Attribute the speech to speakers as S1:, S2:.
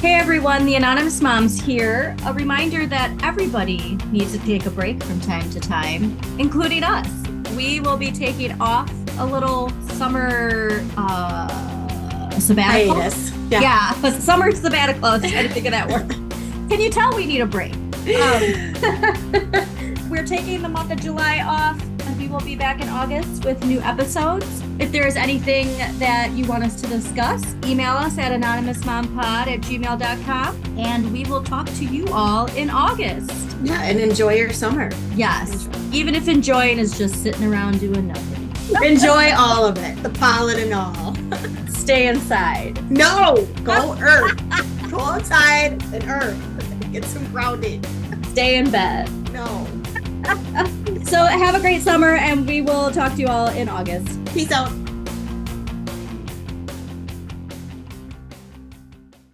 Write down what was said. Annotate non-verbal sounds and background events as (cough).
S1: Hey everyone, the Anonymous Moms here. A reminder that everybody needs to take a break from time to time, including us. We will be taking off a little summer uh, sabbatical.
S2: Hiatus.
S1: Yeah. (laughs) a summer sabbatical. I was trying to think of that word. Can you tell we need a break? Um, (laughs) we're taking the month of July off, and we will be back in August with new episodes. If there is anything that you want us to discuss, email us at anonymousmompod at gmail.com, and we will talk to you all in August.
S2: (laughs) Yeah, and enjoy your summer.
S1: Yes, even if enjoying is just sitting around doing nothing,
S2: Enjoy all of it, the pollen and all.
S1: stay inside.
S2: No, go earth. Go outside and earth. Get some grounded.
S1: Stay in bed.
S2: No.
S1: So have a great summer, and we will talk to you all in August.
S2: Peace out.